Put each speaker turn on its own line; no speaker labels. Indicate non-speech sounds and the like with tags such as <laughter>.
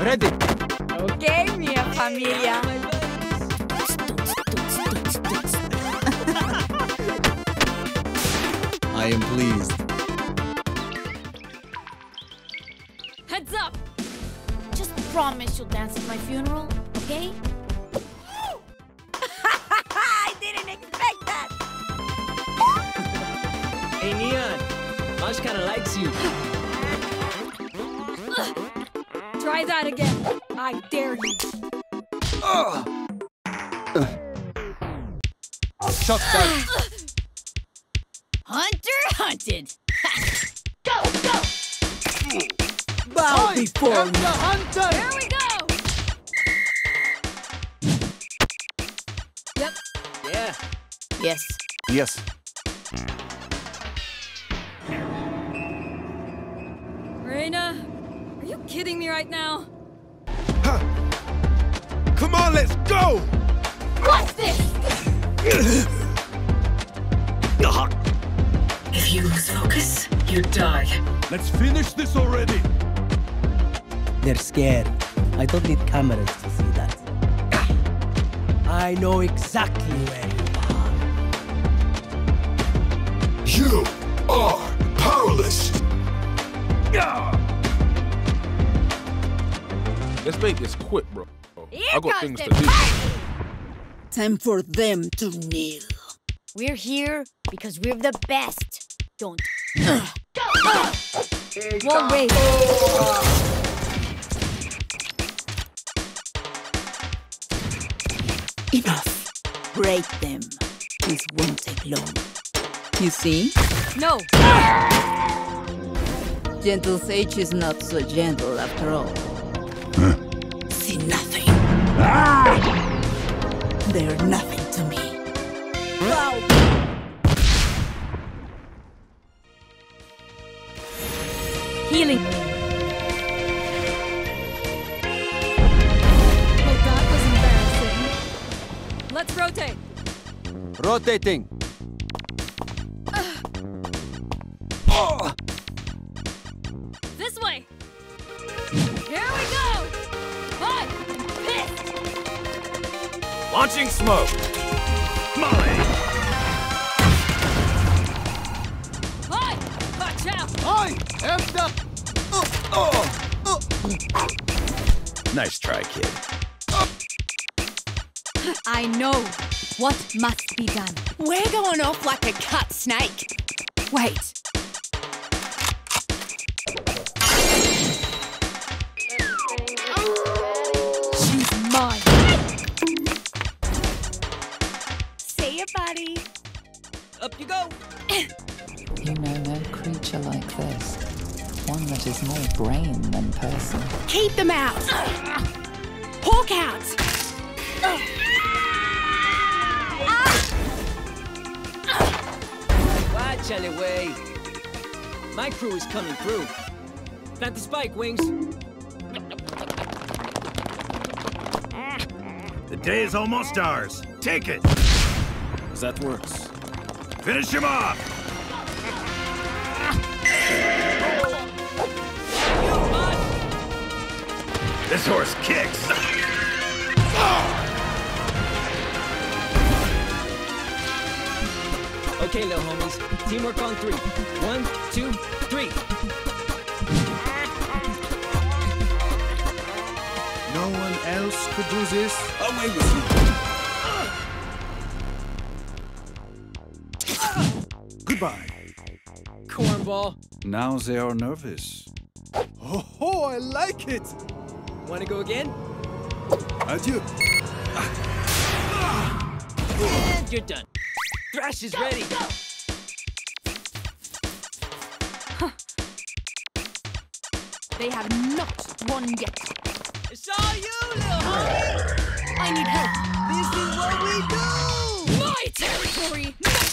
Ready?
Ok, minha família.
I am pleased.
Heads up! Just promise you'll dance at my funeral, okay?
<laughs> I didn't expect that.
Hey, Neon. Ash kinda likes you.
Try that again. I dare you.
Shot <gasps> down.
Hunter hunted!
Bow before
I'm the hunter.
Here we go!
Yeah.
Yes.
Yes.
Reina, are you kidding me right now?
Come on, let's go.
What's this?
If you lose focus, you die.
Let's finish this already.
They're scared. I don't need cameras to see that. I know exactly where you are.
You are powerless.
Let's make this quick, bro. I
Here
got things
comes the
to do.
Time for them to kneel.
We're here because we're the best. Don't.
Whoa, wait.
Enough. Break them. This won't take long. You see?
No.
Gentle Sage is not so gentle after all. See nothing. They're nothing to me.
Healing. Well, that was embarrassing. Let's rotate.
Rotating.
This way. Here we go. Hot. Pissed.
Launching smoke. Molly.
Hot. Watch out.
I am the. Uh, oh.
Nice try, kid.
I know what must be done.
We're going off like a cut snake.
Wait. She's mine.
Say it, buddy.
Up you go.
You know no creature like this. One that is more brain than person.
Keep them out. Hawk out.
Watch out way. My crew is coming through. Plant the spike, Wings.
The day is almost ours. Take it.
That works.
Finish him off. This horse kicks.
Okay, little homies. Teamwork on three. One, two, three.
No one else could do this. Away with you. Goodbye.
Cornball.
Now they are nervous. Oh, oh I like it.
Wanna go again?
Adieu.
And you're done. Thrash is ready.
They have not won yet.
It's all you, little homie.
I need help.
This is what we do.
My territory, not